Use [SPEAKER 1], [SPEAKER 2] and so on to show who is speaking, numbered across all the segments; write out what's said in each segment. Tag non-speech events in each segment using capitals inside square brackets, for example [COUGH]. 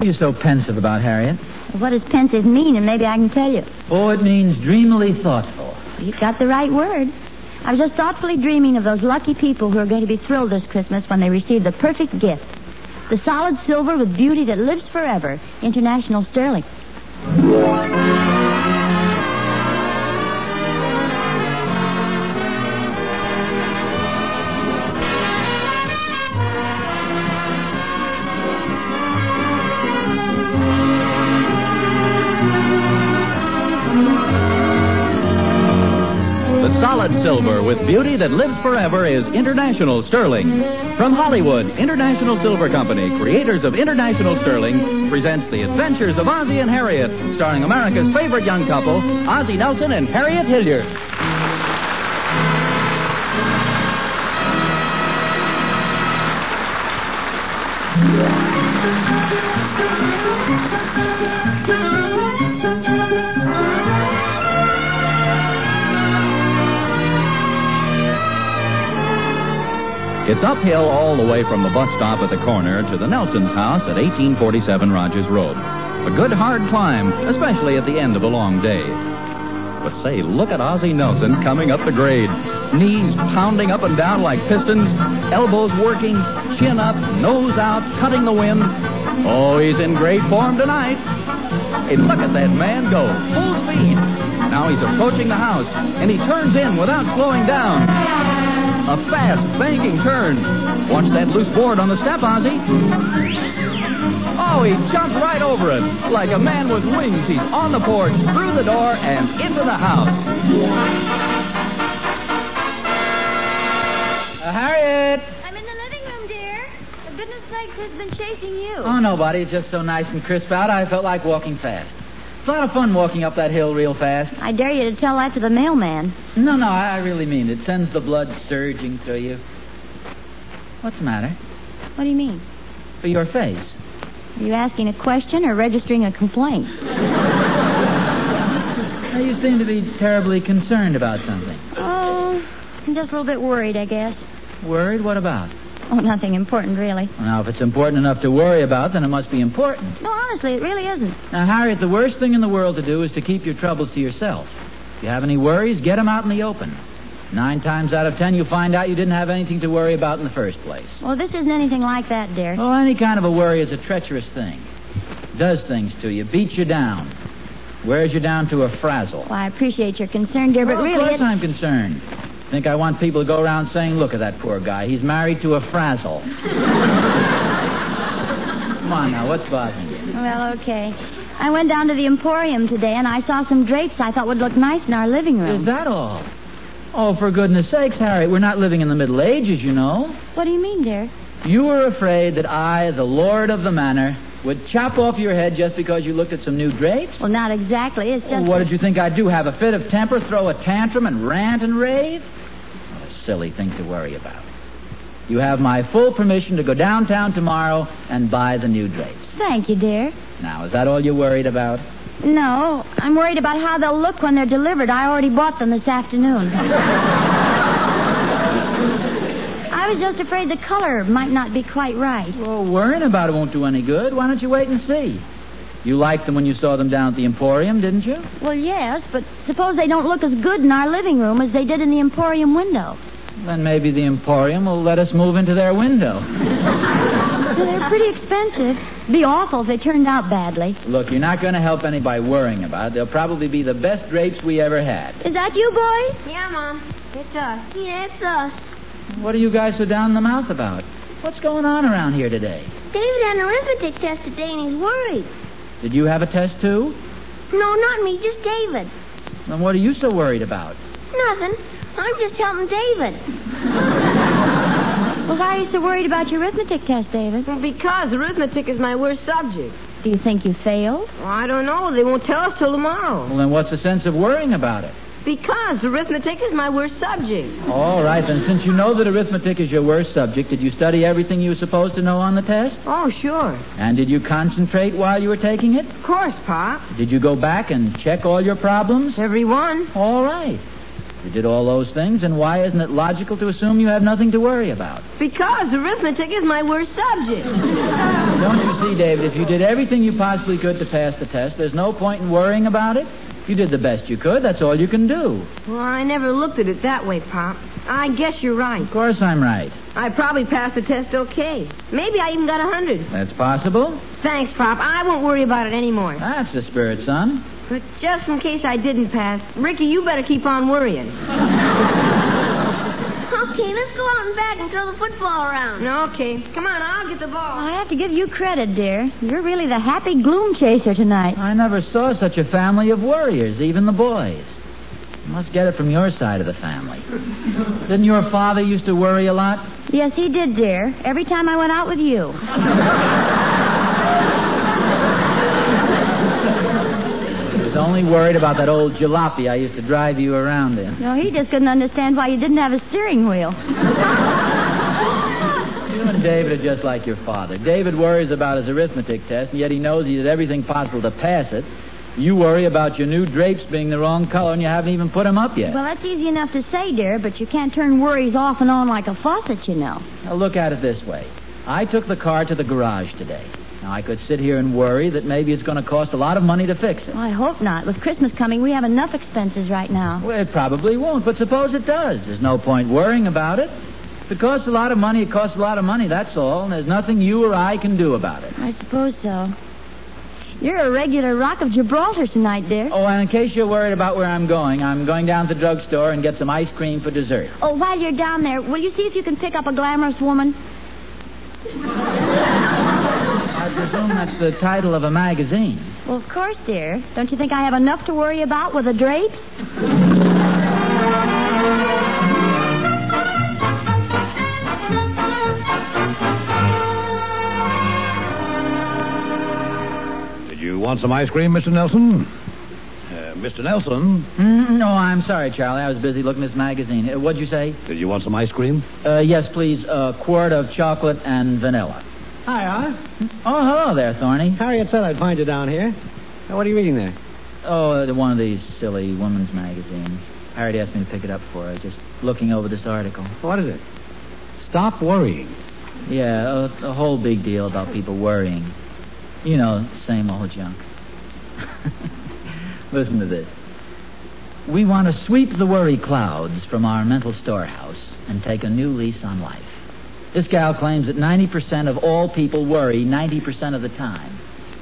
[SPEAKER 1] You're so pensive about Harriet.
[SPEAKER 2] What does pensive mean? And maybe I can tell you.
[SPEAKER 1] Oh, it means dreamily thoughtful.
[SPEAKER 2] You've got the right word. I was just thoughtfully dreaming of those lucky people who are going to be thrilled this Christmas when they receive the perfect gift the solid silver with beauty that lives forever, international sterling.
[SPEAKER 3] The solid silver with beauty that lives forever is International Sterling. From Hollywood, International Silver Company, creators of International Sterling, presents The Adventures of Ozzie and Harriet, starring America's favorite young couple, Ozzie Nelson and Harriet Hilliard. It's uphill all the way from the bus stop at the corner to the Nelson's house at 1847 Rogers Road. A good hard climb, especially at the end of a long day. But say, look at Ozzie Nelson coming up the grade. Knees pounding up and down like pistons, elbows working, chin up, nose out, cutting the wind. Oh, he's in great form tonight. Hey, look at that man go, full speed. Now he's approaching the house, and he turns in without slowing down. A fast, banking turn. Watch that loose board on the step, Ozzie. Oh, he jumped right over it. Like a man with wings, he's on the porch, through the door, and into the house.
[SPEAKER 1] Uh, Harriet!
[SPEAKER 4] I'm in the living room, dear. For goodness sakes, who's been chasing you?
[SPEAKER 1] Oh, nobody. It's just so nice and crisp out, I felt like walking fast. It's a lot of fun walking up that hill real fast.
[SPEAKER 2] I dare you to tell that to the mailman.
[SPEAKER 1] No, no, I I really mean it. Sends the blood surging through you. What's the matter?
[SPEAKER 2] What do you mean?
[SPEAKER 1] For your face.
[SPEAKER 2] Are you asking a question or registering a complaint?
[SPEAKER 1] Now, you seem to be terribly concerned about something.
[SPEAKER 2] Oh, I'm just a little bit worried, I guess.
[SPEAKER 1] Worried? What about?
[SPEAKER 2] Oh, nothing important, really.
[SPEAKER 1] Well, now, if it's important enough to worry about, then it must be important.
[SPEAKER 2] No, honestly, it really isn't.
[SPEAKER 1] Now, Harriet, the worst thing in the world to do is to keep your troubles to yourself. If you have any worries, get them out in the open. Nine times out of ten, you find out you didn't have anything to worry about in the first place.
[SPEAKER 2] Well, this isn't anything like that, dear.
[SPEAKER 1] Well, any kind of a worry is a treacherous thing. It does things to you, beats you down, wears you down to a frazzle.
[SPEAKER 2] Well, I appreciate your concern, dear, but
[SPEAKER 1] Well,
[SPEAKER 2] really,
[SPEAKER 1] of course
[SPEAKER 2] it...
[SPEAKER 1] I'm concerned. Think I want people to go around saying, "Look at that poor guy. He's married to a frazzle."
[SPEAKER 2] [LAUGHS]
[SPEAKER 1] Come on now, what's bothering you?
[SPEAKER 2] [LAUGHS] well, okay. I went down to the Emporium today, and I saw some drapes I thought would look nice in our living room.
[SPEAKER 1] Is that all? Oh, for goodness sakes, Harriet, we're not living in the Middle Ages, you know.
[SPEAKER 2] What do you mean, dear?
[SPEAKER 1] You were afraid that I, the lord of the manor, would chop off your head just because you looked at some new drapes?
[SPEAKER 2] Well, not exactly. It's just...
[SPEAKER 1] Oh, what did you think I'd do? Have a fit of temper, throw a tantrum, and rant and rave? What a silly thing to worry about. You have my full permission to go downtown tomorrow and buy the new drapes.
[SPEAKER 2] Thank you, dear.
[SPEAKER 1] Now, is that all you're worried about?
[SPEAKER 2] No, I'm worried about how they'll look when they're delivered. I already bought them this
[SPEAKER 1] [LAUGHS]
[SPEAKER 2] afternoon. I was just afraid the color might not be quite right.
[SPEAKER 1] Well, worrying about it won't do any good. Why don't you wait and see? You liked them when you saw them down at the Emporium, didn't you?
[SPEAKER 2] Well, yes, but suppose they don't look as good in our living room as they did in the Emporium window.
[SPEAKER 1] Then maybe the Emporium will let us move into their window.
[SPEAKER 2] They're pretty expensive. Be awful if they turned out badly.
[SPEAKER 1] Look, you're not going to help any by worrying about it. They'll probably be the best drapes we ever had.
[SPEAKER 2] Is that you, boys?
[SPEAKER 4] Yeah, Mom. It's us. Yeah, it's us.
[SPEAKER 1] What are you guys so down in the mouth about? What's going on around here today?
[SPEAKER 4] David had an arithmetic test today, and he's worried.
[SPEAKER 1] Did you have a test too?
[SPEAKER 4] No, not me, just David.
[SPEAKER 1] Then what are you so worried about?
[SPEAKER 4] Nothing. I'm just helping David.
[SPEAKER 2] Well, why are you so worried about your arithmetic test, David?
[SPEAKER 5] Well, because arithmetic is my worst subject.
[SPEAKER 2] Do you think you failed?
[SPEAKER 5] Well, I don't know. They won't tell us till tomorrow.
[SPEAKER 1] Well, then what's the sense of worrying about it?
[SPEAKER 5] Because arithmetic is my worst subject.
[SPEAKER 1] All right, then, since you know that arithmetic is your worst subject, did you study everything you were supposed to know on the test?
[SPEAKER 5] Oh, sure.
[SPEAKER 1] And did you concentrate while you were taking it?
[SPEAKER 5] Of course, Pop.
[SPEAKER 1] Did you go back and check all your problems?
[SPEAKER 5] Everyone.
[SPEAKER 1] All right. You did all those things, and why isn't it logical to assume you have nothing to worry about?
[SPEAKER 5] Because arithmetic is my worst subject.
[SPEAKER 4] [LAUGHS]
[SPEAKER 1] Don't you see, David, if you did everything you possibly could to pass the test, there's no point in worrying about it. You did the best you could. That's all you can do.
[SPEAKER 5] Well, I never looked at it that way, Pop. I guess you're right.
[SPEAKER 1] Of course I'm right.
[SPEAKER 5] I probably passed the test okay. Maybe I even got a hundred.
[SPEAKER 1] That's possible.
[SPEAKER 5] Thanks, Pop. I won't worry about it anymore.
[SPEAKER 1] That's the spirit, son.
[SPEAKER 5] But just in case I didn't pass, Ricky, you better keep on worrying.
[SPEAKER 4] Okay, let's go out and back and throw the football around.
[SPEAKER 5] Okay, come on, I'll get the ball.
[SPEAKER 2] I have to give you credit, dear. You're really the happy gloom chaser tonight.
[SPEAKER 1] I never saw such a family of worriers, even the boys. You must get it from your side of the family. Didn't your father used to worry a lot?
[SPEAKER 2] Yes, he did, dear. Every time I went out with you.
[SPEAKER 1] He was only worried about that old jalopy I used to drive you around in.
[SPEAKER 2] No, he just couldn't understand why you didn't have a steering wheel.
[SPEAKER 1] You and David are just like your father. David worries about his arithmetic test, and yet he knows he did everything possible to pass it. You worry about your new drapes being the wrong color, and you haven't even put them up yet.
[SPEAKER 2] Well, that's easy enough to say, dear, but you can't turn worries off and on like a faucet, you know.
[SPEAKER 1] Now, look at it this way I took the car to the garage today. Now, I could sit here and worry that maybe it's going to cost a lot of money to fix it.
[SPEAKER 2] Well, I hope not. With Christmas coming, we have enough expenses right now.
[SPEAKER 1] Well, it probably won't, but suppose it does. There's no point worrying about it. If it costs a lot of money, it costs a lot of money, that's all, and there's nothing you or I can do about it.
[SPEAKER 2] I suppose so. You're a regular rock of Gibraltar tonight, dear.
[SPEAKER 1] Oh, and in case you're worried about where I'm going, I'm going down to the drugstore and get some ice cream for dessert.
[SPEAKER 2] Oh, while you're down there, will you see if you can pick up a glamorous woman?
[SPEAKER 1] I presume that's the title of a magazine.
[SPEAKER 2] Well, of course, dear. Don't you think I have enough to worry about with the drapes?
[SPEAKER 3] Did you want some ice cream, Mr. Nelson? Uh, Mr. Nelson,
[SPEAKER 1] Mm, no, I'm sorry, Charlie. I was busy looking at this magazine. Uh, what'd you say?
[SPEAKER 3] did you want some ice cream?
[SPEAKER 1] Uh, yes, please. A quart of chocolate and vanilla.
[SPEAKER 6] Hi, Oz.
[SPEAKER 1] Oh, hello there, Thorny.
[SPEAKER 6] Harriet said I'd find you down here. Now, what are you reading there?
[SPEAKER 1] Oh, uh, one of these silly women's magazines. Harriet asked me to pick it up for her. Just looking over this article.
[SPEAKER 6] What is it? Stop worrying.
[SPEAKER 1] Yeah, a, a whole big deal about people worrying. You know, same old junk. [LAUGHS] Listen to this. We want to sweep the worry clouds from our mental storehouse and take a new lease on life. This gal claims that 90% of all people worry 90% of the time.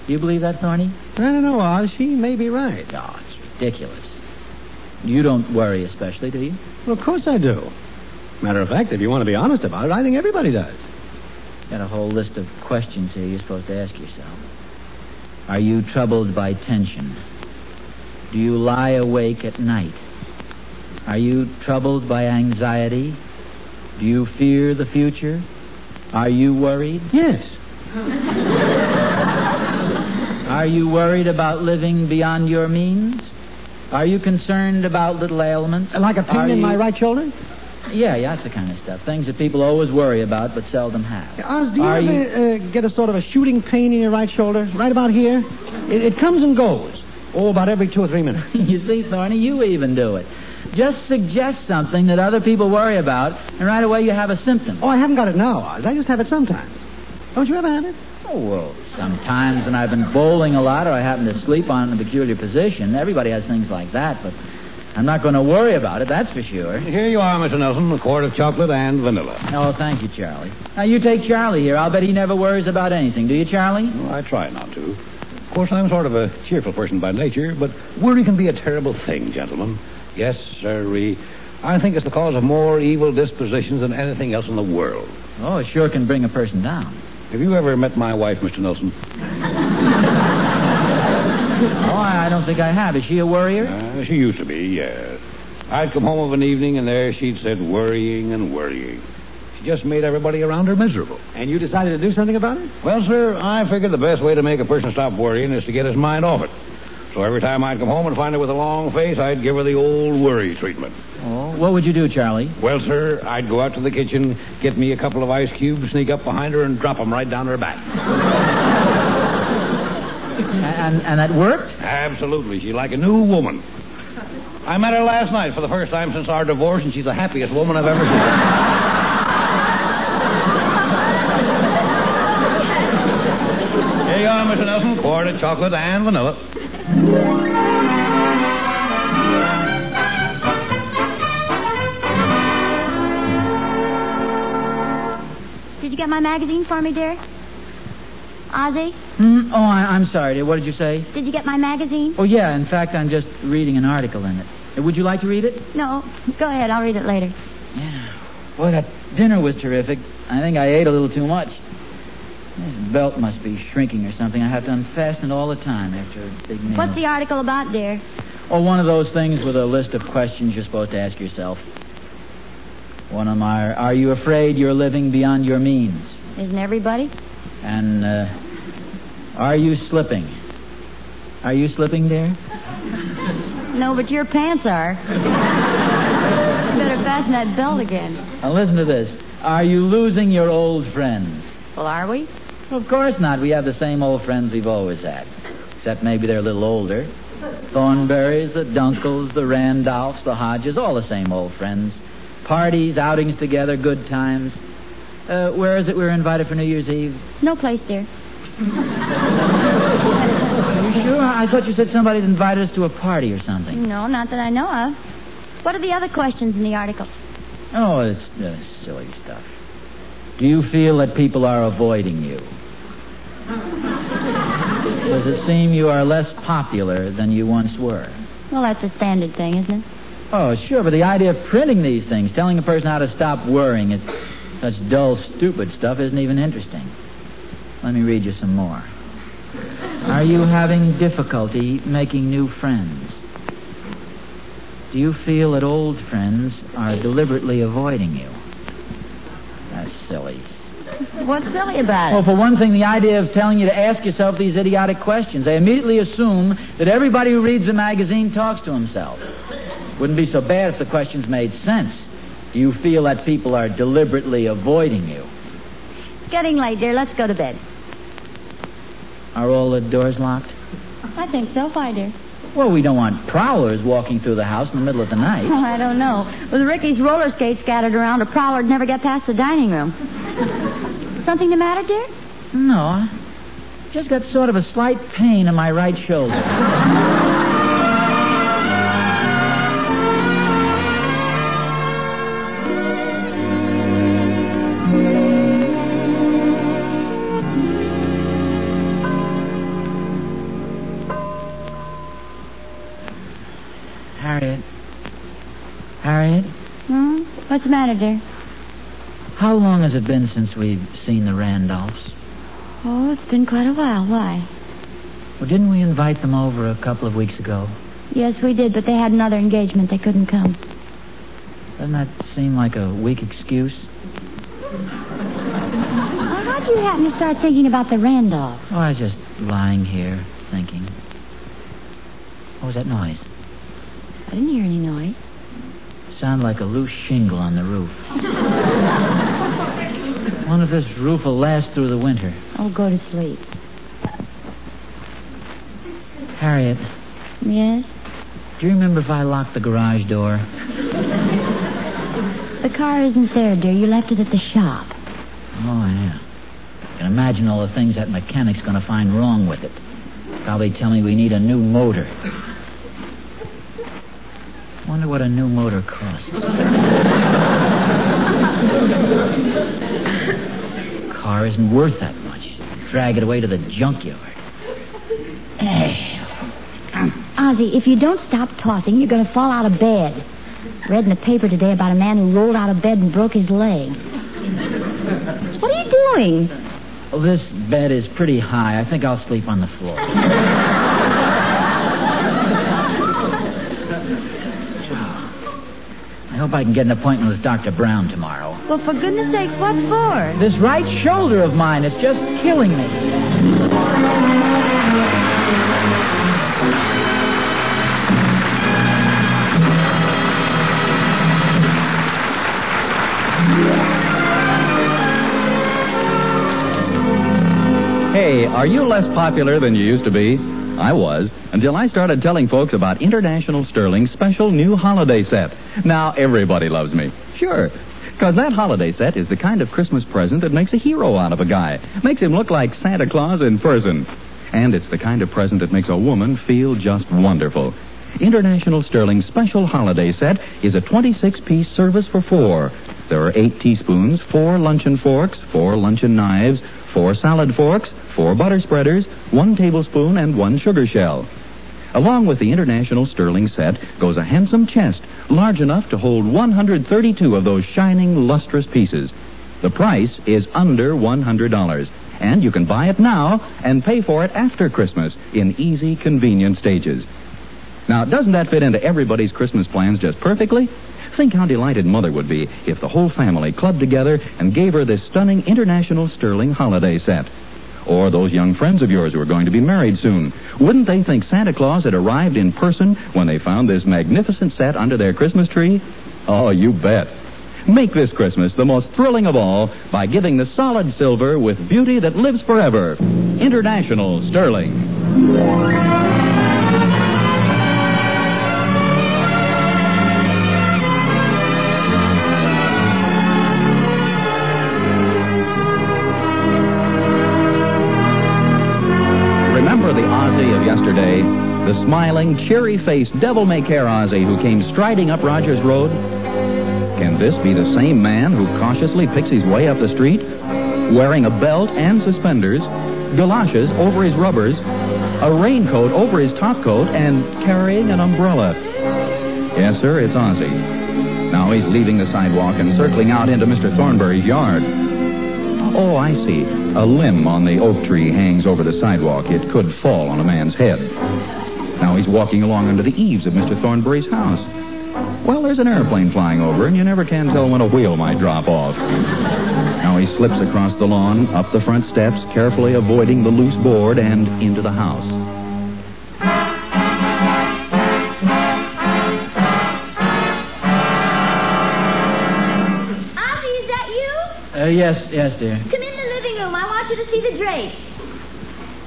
[SPEAKER 1] Do you believe that, Thorny?
[SPEAKER 6] I don't know, Oz. She may be right.
[SPEAKER 1] No, it's ridiculous. You don't worry especially, do you?
[SPEAKER 6] Well, of course I do. Matter of fact, if you want to be honest about it, I think everybody does.
[SPEAKER 1] Got a whole list of questions here you're supposed to ask yourself. Are you troubled by tension? Do you lie awake at night? Are you troubled by anxiety? Do you fear the future? Are you worried?
[SPEAKER 6] Yes.
[SPEAKER 1] Are you worried about living beyond your means? Are you concerned about little ailments?
[SPEAKER 6] Like a pain
[SPEAKER 1] Are
[SPEAKER 6] in
[SPEAKER 1] you-
[SPEAKER 6] my right shoulder?
[SPEAKER 1] Yeah, yeah, that's the kind of stuff. Things that people always worry about but seldom have.
[SPEAKER 6] Oz, do you
[SPEAKER 1] Are
[SPEAKER 6] ever Uh, get a sort of a shooting pain in your right shoulder? Right about here? It, it comes and goes. Oh, about every two or three minutes.
[SPEAKER 1] [LAUGHS] you see, Thorny, you even do it. Just suggest something that other people worry about, and right away you have a symptom.
[SPEAKER 6] Oh, I haven't got it now, Oz. I just have it sometimes. Don't you ever have it?
[SPEAKER 1] Oh, well, sometimes when I've been bowling a lot or I happen to sleep on in a peculiar position, everybody has things like that, but I'm not going to worry about it, that's for [LAUGHS] sure.
[SPEAKER 3] Here you are, Mr. Nelson, a quart of chocolate and vanilla.
[SPEAKER 1] Oh, thank you, Charlie. Now, you take Charlie here. I'll bet he never worries about anything, do you, Charlie?
[SPEAKER 3] Well, I try not to. Of course, I'm sort of a cheerful person by nature, but worry can be a terrible thing, gentlemen. Yes, sirree. I think it's the cause of more evil dispositions than anything else in the world.
[SPEAKER 1] Oh, it sure can bring a person down.
[SPEAKER 3] Have you ever met my wife, Mr. Nelson?
[SPEAKER 1] Oh, I I don't think I have. Is she a worrier?
[SPEAKER 3] Uh, she used to be, yes. I'd come home of an evening, and there she'd said worrying and worrying. She just made everybody around her miserable.
[SPEAKER 6] And you decided to do something about it?
[SPEAKER 3] Well, sir, I figured the best way to make a person stop worrying is to get his mind off it. So every time I'd come home and find her with a long face, I'd give her the old worry treatment.
[SPEAKER 1] Oh, what would you do, Charlie?
[SPEAKER 3] Well, sir, I'd go out to the kitchen, get me a couple of ice cubes, sneak up behind her, and drop 'em right down her back.
[SPEAKER 1] And, and that worked?
[SPEAKER 3] Absolutely. She's like a new woman.
[SPEAKER 7] I met her last night for the first time since our divorce, and she's the happiest woman I've ever seen. Here you are, Mr. Nelson. Quarter chocolate and vanilla.
[SPEAKER 2] Did you get my magazine for me, dear? Ozzy,
[SPEAKER 1] Hmm? Oh, I, I'm sorry, dear. What did you say?
[SPEAKER 2] did you get my magazine?
[SPEAKER 1] Oh, yeah. In fact, I'm just reading an article in it. Uh, Would you like to read it?
[SPEAKER 2] No. Go ahead. I'll read it later.
[SPEAKER 1] Yeah. Boy, that dinner was terrific. I think I ate a little too much. This belt must be shrinking or something. I have to unfasten it all the time after a big meal.
[SPEAKER 2] What's the article about, dear?
[SPEAKER 1] Or one of those things with a list of questions you're supposed to ask yourself. One of them are, are you afraid you're living beyond your means?
[SPEAKER 2] Isn't everybody?
[SPEAKER 1] And, uh, are you slipping? Are you slipping, dear?
[SPEAKER 2] No, but your pants are. you better fasten that belt again.
[SPEAKER 1] Now listen to this. Are you losing your old friends?
[SPEAKER 2] Well, are we?
[SPEAKER 1] Of course not. We have the same old friends we've always had. Except maybe they're a little older. Thornberrys, the Dunkels, the Randolphs, the Hodges, all the same old friends. Parties, outings together, good times. Uh, where is it we were invited for New Year's Eve?
[SPEAKER 2] No place, dear.
[SPEAKER 1] Are you sure? I thought you said somebody had invited us to a party or something.
[SPEAKER 2] No, not that I know of. What are the other questions in the article?
[SPEAKER 1] Oh, it's uh, silly stuff. Do you feel that people are avoiding [LAUGHS] you? Does it seem you are less popular than you once were?
[SPEAKER 2] Well, that's a standard thing, isn't it?
[SPEAKER 1] Oh, sure, but the idea of printing these things, telling a person how to stop worrying, it's such dull, stupid stuff isn't even interesting. Let me read you some more. Are you having difficulty making new friends? Do you feel that old friends are deliberately avoiding you? That's silly.
[SPEAKER 2] What's silly about it?
[SPEAKER 1] Well, for one thing, the idea of telling you to ask yourself these idiotic questions. They immediately assume that everybody who reads a magazine talks to himself. Wouldn't be so bad if the questions made sense. Do you feel that people are deliberately avoiding you?
[SPEAKER 2] It's getting late, dear. Let's go to bed.
[SPEAKER 1] Are all the doors locked?
[SPEAKER 2] I think so. Why, dear?
[SPEAKER 1] Well, we don't want prowlers walking through the house in the middle of the
[SPEAKER 2] Oh,
[SPEAKER 1] night.
[SPEAKER 2] I don't know. With Ricky's roller skates scattered around, a prowler'd never get past the dining room. Something the matter, dear?
[SPEAKER 1] No. I Just got sort of a slight pain in my right shoulder. Harriet. Harriet,
[SPEAKER 2] Hmm? What's the matter, dear?
[SPEAKER 1] how long has it been since we've seen the Randolphs?
[SPEAKER 2] Oh, it's been quite a while. Why?
[SPEAKER 1] Well, didn't we invite them over a couple of weeks ago?
[SPEAKER 2] Yes, we did, but they had another engagement. They couldn't come.
[SPEAKER 1] Doesn't that seem like a weak excuse?
[SPEAKER 2] Well, how'd you happen to start thinking about the Randolphs?
[SPEAKER 1] Oh, I was just lying here thinking. What was that noise?
[SPEAKER 2] I didn't hear any noise.
[SPEAKER 1] Sounded like a loose shingle on the roof. Wonder if this roof will last through the winter.
[SPEAKER 2] Oh, go to sleep.
[SPEAKER 1] Harriet,
[SPEAKER 2] Yes?
[SPEAKER 1] do you remember if I locked the garage door?
[SPEAKER 2] The car isn't there, dear. You left it at the shop.
[SPEAKER 1] Oh, yeah. I can imagine all the things that mechanic's going to find wrong with it. Probably tell me we need a new motor. Wonder what a new motor costs. Car isn't worth that much. Drag it away to the junkyard.
[SPEAKER 2] Ozzy, if you don't stop tossing, you're going to fall out of bed. Read in the paper today about a man who rolled out of bed and broke his leg. What are you doing?
[SPEAKER 1] Well, this bed is pretty high. I think I'll sleep on the floor. I hope I can get an appointment with Dr. Brown tomorrow.
[SPEAKER 2] Well, for goodness sakes, what for?
[SPEAKER 1] This right shoulder of mine is just killing me.
[SPEAKER 3] Hey, are you less popular than you used to be? I was, until I started telling folks about International Sterling's special new holiday set. Now everybody loves me. Sure. Because that holiday set is the kind of Christmas present that makes a hero out of a guy, makes him look like Santa Claus in person. And it's the kind of present that makes a woman feel just wonderful. International Sterling's special holiday set is a 26 piece service for four. There are eight teaspoons, four luncheon forks, four luncheon knives, four salad forks, four butter spreaders, one tablespoon, and one sugar shell. Along with the International Sterling set goes a handsome chest, large enough to hold 132 of those shining, lustrous pieces. The price is under $100, and you can buy it now and pay for it after Christmas in easy, convenient stages. Now, doesn't that fit into everybody's Christmas plans just perfectly? Think how delighted Mother would be if the whole family clubbed together and gave her this stunning International Sterling holiday set. Or those young friends of yours who are going to be married soon. Wouldn't they think Santa Claus had arrived in person when they found this magnificent set under their Christmas tree? Oh, you bet. Make this Christmas the most thrilling of all by giving the solid silver with beauty that lives forever. International Sterling. Remember the Aussie of yesterday? The smiling, cheery faced, devil may care Aussie who came striding up Rogers Road? Can this be the same man who cautiously picks his way up the street? Wearing a belt and suspenders, galoshes over his rubbers, a raincoat over his top coat, and carrying an umbrella. Yes, sir, it's Aussie. Now he's leaving the sidewalk and circling out into Mr. Thornbury's yard. Oh, I see. A limb on the oak tree hangs over the sidewalk. It could fall on a man's head. Now he's walking along under the eaves of Mr. Thornbury's house. Well, there's an airplane flying over, and you never can tell when a wheel might drop off. Now he slips across the lawn, up the front steps, carefully avoiding the loose board, and into the house.
[SPEAKER 4] Avi, is that you?
[SPEAKER 1] Uh, yes, yes, dear.
[SPEAKER 4] Come in the living room. I want you to see the drapes.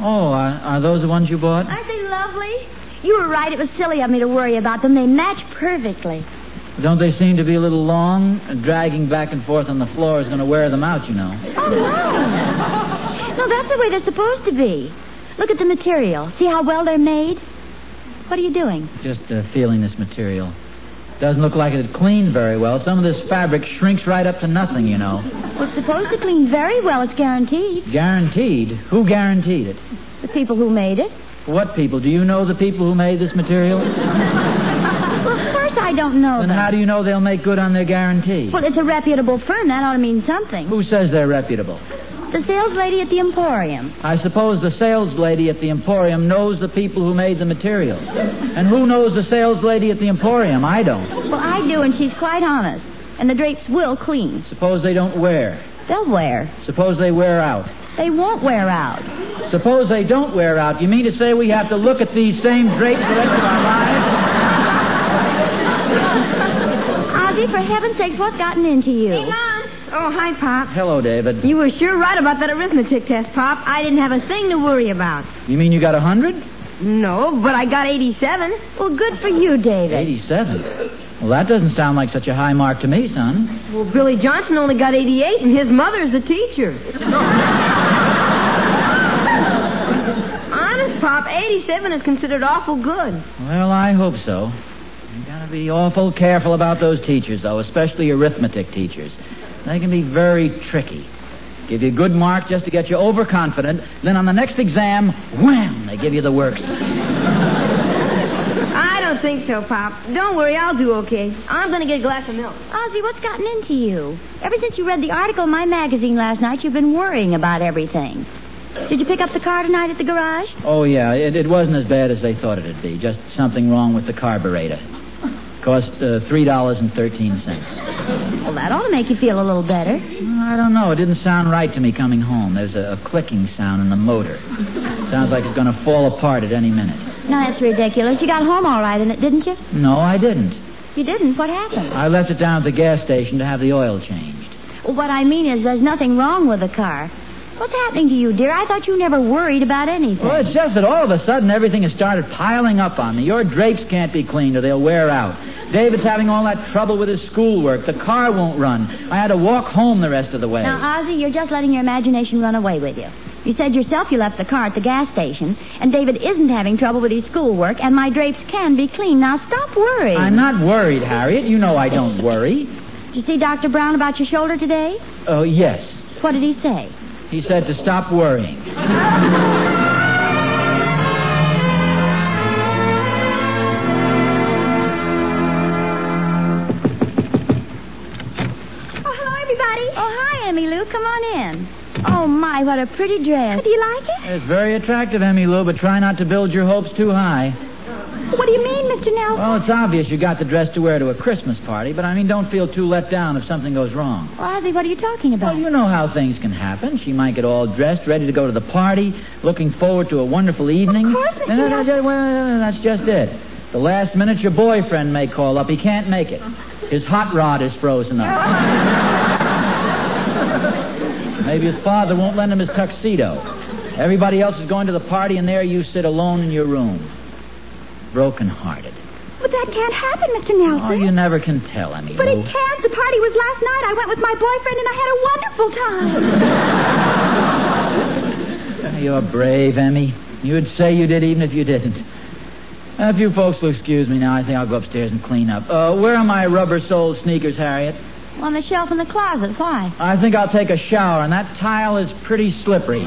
[SPEAKER 1] Oh, are, are those the ones you bought?
[SPEAKER 4] Aren't they lovely?
[SPEAKER 2] You were right. It was silly of me to worry about them. They match perfectly.
[SPEAKER 1] Don't they seem to be a little long? Dragging back and forth on the floor is going to wear them out, you know.
[SPEAKER 2] Oh, no. No, that's the way they're supposed to be. Look at the material. See how well they're made? What are you doing?
[SPEAKER 1] Just uh, feeling this material. Doesn't look like it had cleaned very well. Some of this fabric shrinks right up to nothing, you know.
[SPEAKER 2] Well, it's supposed to clean very well. It's guaranteed.
[SPEAKER 1] Guaranteed? Who guaranteed it?
[SPEAKER 2] The people who made it.
[SPEAKER 1] What people? Do you know the people who made this material?
[SPEAKER 2] Well, of course I don't know
[SPEAKER 1] Then
[SPEAKER 2] them.
[SPEAKER 1] how do you know they'll make good on their guarantee?
[SPEAKER 2] Well, it's a reputable firm. That ought to mean something.
[SPEAKER 1] Who says they're reputable?
[SPEAKER 2] The sales lady at the Emporium.
[SPEAKER 1] I suppose the sales lady at the Emporium knows the people who made the material. And who knows the sales lady at the Emporium? I don't.
[SPEAKER 2] Well, I do, and she's quite honest. And the drapes will clean.
[SPEAKER 1] Suppose they don't wear.
[SPEAKER 2] They'll wear.
[SPEAKER 1] Suppose they wear out.
[SPEAKER 2] They won't wear out.
[SPEAKER 1] Suppose they don't wear out. You mean to say we have to look at these same drapes for the rest of our lives?
[SPEAKER 2] Ozzy, for heaven's sakes, what's gotten into
[SPEAKER 5] Hey,
[SPEAKER 2] you?
[SPEAKER 5] Mom. Oh, hi, Pop.
[SPEAKER 1] Hello, David.
[SPEAKER 5] You were sure right about that arithmetic test, Pop. I didn't have a thing to worry about.
[SPEAKER 1] You mean you got a hundred?
[SPEAKER 5] No, but I got 87.
[SPEAKER 2] Well, good for you, David.
[SPEAKER 1] Eighty-seven. Well, that doesn't sound like such a high mark to me, son.
[SPEAKER 5] Well, Billy Johnson only got 88, and his mother's a teacher. Honest, Pop, 87 is considered awful good.
[SPEAKER 1] Well, I hope so. You gotta be awful careful about those teachers, though, especially arithmetic teachers. They can be very tricky. Give you a good mark just to get you overconfident. Then on the next exam, wham, they give you the works.
[SPEAKER 5] I don't think so, Pop. Don't worry, I'll do okay. I'm going to get a glass of milk.
[SPEAKER 2] Ozzy, what's gotten into you? Ever since you read the article in my magazine last night, you've been worrying about everything. Did you pick up the car tonight at the garage?
[SPEAKER 1] Oh, yeah, it, it wasn't as bad as they thought it'd be. Just something wrong with the carburetor. Cost uh, $3.13.
[SPEAKER 2] Well, that ought to make you feel a little better.
[SPEAKER 1] Well, I don't know. It didn't sound right to me coming home. There's a, a clicking sound in the motor. Sounds like it's going to fall apart at any minute.
[SPEAKER 2] Now, that's ridiculous. You got home all right in it, didn't you?
[SPEAKER 1] No, I didn't.
[SPEAKER 2] You didn't. What happened?
[SPEAKER 1] I left it down at the gas station to have the oil changed.
[SPEAKER 2] Well, what I mean is, there's nothing wrong with the car. What's happening to you, dear? I thought you never worried about anything.
[SPEAKER 1] Well, it's just that all of a sudden everything has started piling up on me. Your drapes can't be cleaned or they'll wear out. David's having all that trouble with his schoolwork. The car won't run. I had to walk home the rest of the way.
[SPEAKER 2] Now, Ozzy, you're just letting your imagination run away with you. You said yourself you left the car at the gas station, and David isn't having trouble with his schoolwork, and my drapes can be clean. Now, stop worrying.
[SPEAKER 1] I'm not worried, Harriet. You know I don't worry.
[SPEAKER 2] Did you see Dr. Brown about your shoulder today?
[SPEAKER 1] Oh, yes.
[SPEAKER 2] What did he say?
[SPEAKER 1] He said to stop worrying.
[SPEAKER 2] Oh, hello, everybody. Oh, hi, Emmy Lou. Come on in. Oh, my, what a pretty dress. Do you like it?
[SPEAKER 1] It's very attractive, Emmy Lou, but try not to build your hopes too high.
[SPEAKER 2] What do you mean, Mr. Nelson?
[SPEAKER 1] Well, it's obvious you got the dress to wear to a Christmas party, but I mean, don't feel too let down if something goes wrong.
[SPEAKER 2] Oh, Ozzy, what are you talking about?
[SPEAKER 1] Well, you know how things can happen. She might get all dressed, ready to go to the party, looking forward to a wonderful evening.
[SPEAKER 2] course, Mr.
[SPEAKER 1] No, no, no, ju- well, that's just it. The last minute, your boyfriend may call up. He can't make it. His hot rod is frozen
[SPEAKER 2] [LAUGHS]
[SPEAKER 1] up. Maybe his father won't lend him his tuxedo. Everybody else is going to the party, and there you sit alone in your room. Broken-hearted.
[SPEAKER 2] But that can't happen, Mr. Nelson.
[SPEAKER 1] Oh, you never can tell, Emmy.
[SPEAKER 2] But it
[SPEAKER 1] Lou.
[SPEAKER 2] can't. The party was last night. I went with my boyfriend, and I had a wonderful time.
[SPEAKER 1] You're brave, Emmy. You'd say you did even if you didn't. Uh, If you folks will excuse me now, I think I'll go upstairs and clean up. Uh, where are my rubber-soled sneakers, Harriet?
[SPEAKER 2] [LAUGHS] On the shelf in the closet. Why?
[SPEAKER 1] I think I'll take a shower, and that tile is pretty slippery.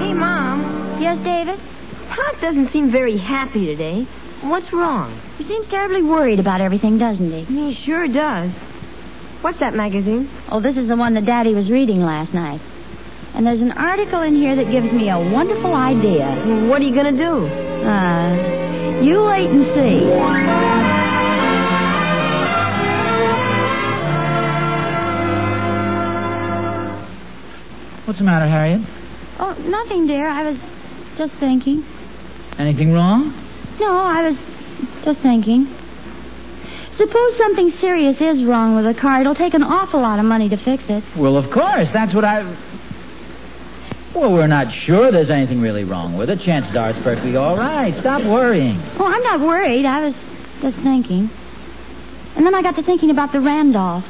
[SPEAKER 5] Hey, Mom.
[SPEAKER 2] Yes, David?
[SPEAKER 5] Pop doesn't seem very happy today. What's wrong?
[SPEAKER 2] He seems terribly worried about everything, doesn't he?
[SPEAKER 5] He sure does. What's that magazine?
[SPEAKER 2] Oh, this is the one that Daddy was reading last night. And there's an article in here that gives me a wonderful idea.
[SPEAKER 5] What are you going to do?
[SPEAKER 2] Uh, you wait and see.
[SPEAKER 1] What's the matter, Harriet?
[SPEAKER 2] Oh, nothing, dear. I was just thinking.
[SPEAKER 1] Anything wrong?
[SPEAKER 2] No, I was just thinking. Suppose something serious is wrong with the car. It'll take an awful lot of money to fix it.
[SPEAKER 1] Well, of course. That's what I. Well, we're not sure there's anything really wrong with it. Chances are it's perfectly all right. Stop worrying.
[SPEAKER 2] Oh, I'm not worried. I was just thinking. And then I got to thinking about the Randolphs.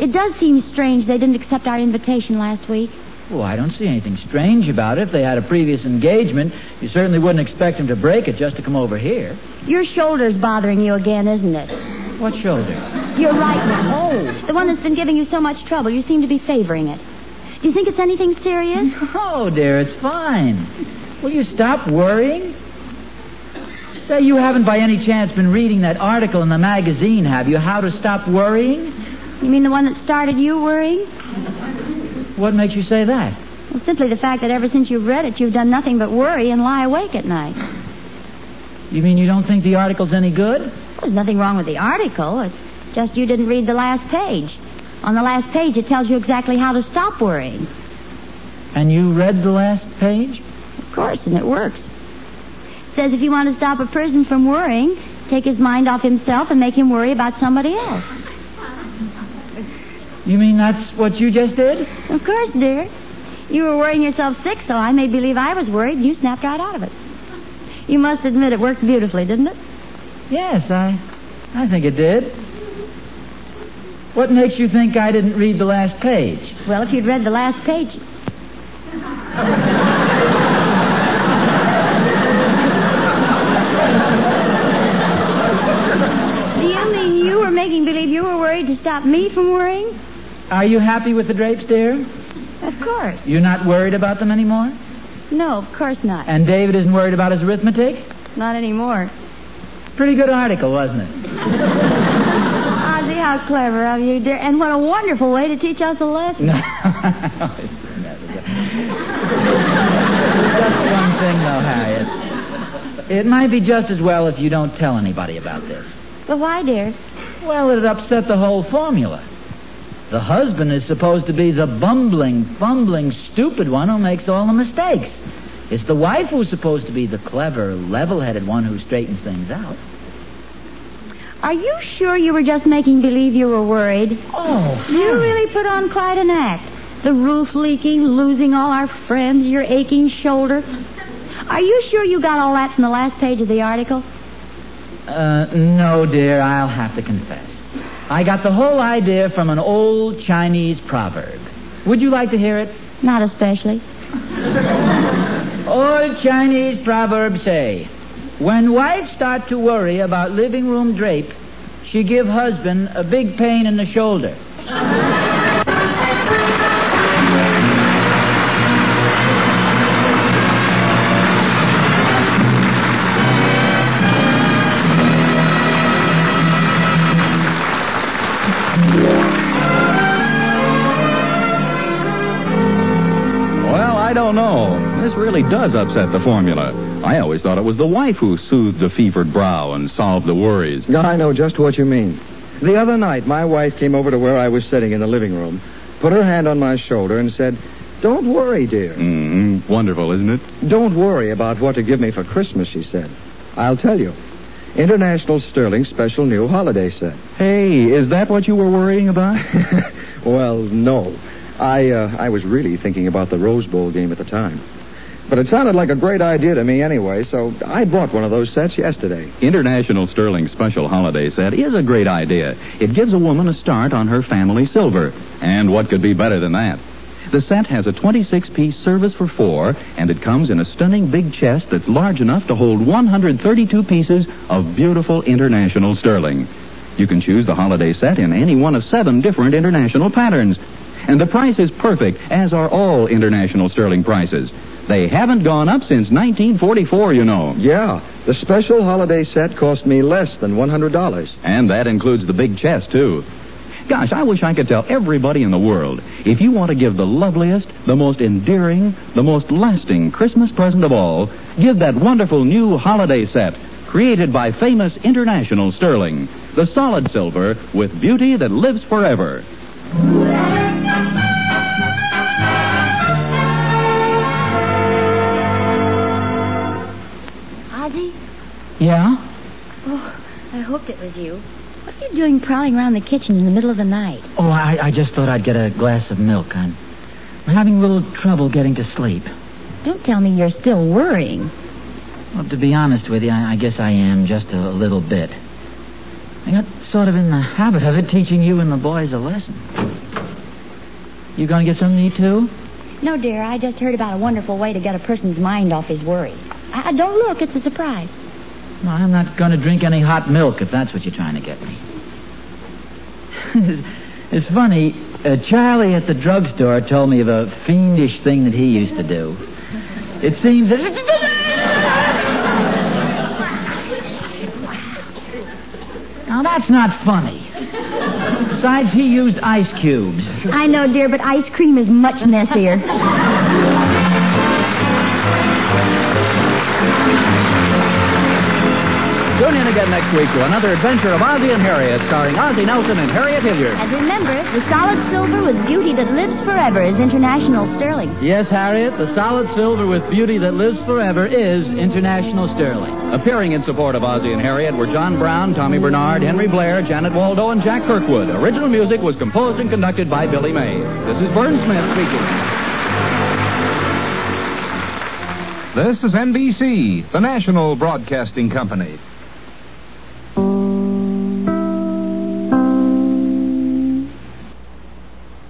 [SPEAKER 2] It does seem strange they didn't accept our invitation last week.
[SPEAKER 1] Well, I don't see anything strange about it. If they had a previous engagement, you certainly wouldn't expect them to break it just to come over here.
[SPEAKER 2] Your shoulder's bothering you again, isn't it?
[SPEAKER 1] What shoulder?
[SPEAKER 2] Your right one. Oh. The one that's been giving you so much trouble. You seem to be favoring it. Do you think it's anything serious?
[SPEAKER 1] Oh, dear, it's fine. Will you stop worrying? Say, you haven't by any chance been reading that article in the magazine, have you? How to Stop Worrying?
[SPEAKER 2] You mean the one that started you worrying?
[SPEAKER 1] What makes you say that?
[SPEAKER 2] Well, simply the fact that ever since you've read it, you've done nothing but worry and lie awake at night.
[SPEAKER 1] You mean you don't think the article's any good?
[SPEAKER 2] There's nothing wrong with the article. It's just you didn't read the last page. On the last page, it tells you exactly how to stop worrying.
[SPEAKER 1] And you read the last page?
[SPEAKER 2] Of course, and it works. It says if you want to stop a person from worrying, take his mind off himself and make him worry about somebody else.
[SPEAKER 1] You mean that's what you just did?
[SPEAKER 2] Of course, dear. You were worrying yourself sick, so I made believe I was worried, and you snapped right out of it. You must admit it worked beautifully, didn't it?
[SPEAKER 1] Yes, I, I think it did. What makes you think I didn't read the last page?
[SPEAKER 2] Well, if you'd read the last page. Do you mean you were making believe you were worried to stop me from worrying?
[SPEAKER 1] Are you happy with the drapes, dear?
[SPEAKER 2] Of course.
[SPEAKER 1] You're not worried about them anymore?
[SPEAKER 2] No, of course not.
[SPEAKER 1] And David isn't worried about his arithmetic?
[SPEAKER 2] Not anymore.
[SPEAKER 1] Pretty good article, wasn't it?
[SPEAKER 2] Ozzy, how clever of you, dear. And what a wonderful way to teach us a lesson.
[SPEAKER 1] No. just one thing, though, Harriet. It might be just as well if you don't tell anybody about this.
[SPEAKER 2] But why, dear?
[SPEAKER 1] Well, it'd upset the whole formula. The husband is supposed to be the bumbling, fumbling, stupid one who makes all the mistakes. It's the wife who's supposed to be the clever, level headed one who straightens things out.
[SPEAKER 2] Are you sure you were just making believe you were worried?
[SPEAKER 6] Oh,
[SPEAKER 2] You really put on quite an act. The roof leaking, losing all our friends, your aching shoulder. Are you sure you got all that from the last page of the article?
[SPEAKER 1] Uh, no, dear, I'll have to confess. I got the whole idea from an old Chinese proverb. Would you like to hear it?
[SPEAKER 2] Not especially.
[SPEAKER 1] Old Chinese proverbs say, when wives start to worry about living room drape, she give husband a big pain in the shoulder.
[SPEAKER 3] Well, I don't know. This really does upset the formula. I always thought it was the wife who soothed the fevered brow and solved the worries.
[SPEAKER 8] No, I know just what you mean. The other night, my wife came over to where I was sitting in the living room, put her hand on my shoulder, and said, Don't worry, dear.
[SPEAKER 3] mm Wonderful, isn't it?
[SPEAKER 8] Don't worry about what to give me for Christmas, she said. I'll tell you. International Sterling Special New Holiday Set. [LAUGHS]
[SPEAKER 3] Hey, is that what you were worrying [LAUGHS] about?
[SPEAKER 8] well, no. I, uh, I was really thinking about the Rose Bowl game at the time. But it sounded like a great idea to me anyway, so I bought one of those sets yesterday.
[SPEAKER 3] International Sterling Special Holiday Set is a great idea. It gives a woman a start on her family silver. And what could be better than that? The set has a 26 piece service for four, and it comes in a stunning big chest that's large enough to hold 132 pieces of beautiful international sterling. You can choose the holiday set in any one of seven different international patterns. And the price is perfect, as are all international sterling prices. They haven't gone up since 1944, you know.
[SPEAKER 8] Yeah, the special holiday set cost me less than $100.
[SPEAKER 3] And that includes the big chest, too. Gosh, I wish I could tell everybody in the world if you want to give the loveliest, the most endearing, the most lasting Christmas present of all, give that wonderful new holiday set created by famous international Sterling, the solid silver with beauty that lives forever.
[SPEAKER 2] Ozzy?
[SPEAKER 1] Yeah?
[SPEAKER 2] Oh, I hoped it was you. What are you doing prowling around the kitchen in the middle of the night?
[SPEAKER 1] Oh, I, I just thought I'd get a glass of milk. I'm, I'm having a little trouble getting to sleep.
[SPEAKER 2] Don't tell me you're still worrying.
[SPEAKER 1] Well, to be honest with you, I, I guess I am just a, little bit. I got sort of in the habit of it, teaching you and the boys a lesson. You gonna get something to eat too?
[SPEAKER 2] No, dear, I just heard about a wonderful way to get a person's mind off his worries. I, I- Uh, don't look, it's a surprise.
[SPEAKER 1] No, I'm not gonna drink any hot milk if that's what you're trying to get me. [LAUGHS] it's funny. Uh, Charlie at the drugstore told me of a fiendish thing that he used to do. It seems that. [LAUGHS] Now that's not funny. Besides, he used ice cubes.
[SPEAKER 2] I know, dear, but ice cream is much messier. [LAUGHS]
[SPEAKER 3] Tune in again next week to another adventure of Ozzie and Harriet, starring Ozzie Nelson and Harriet Hilliard.
[SPEAKER 2] and remember, the solid silver with beauty that lives forever is international sterling.
[SPEAKER 1] Yes, Harriet, the solid silver with beauty that lives forever is international sterling.
[SPEAKER 3] Appearing in support of Ozzie and Harriet were John Brown, Tommy Bernard, Henry Blair, Janet Waldo, and Jack Kirkwood. Original music was composed and conducted by Billy May. This is Vern Smith speaking.
[SPEAKER 9] This is NBC, the national broadcasting company.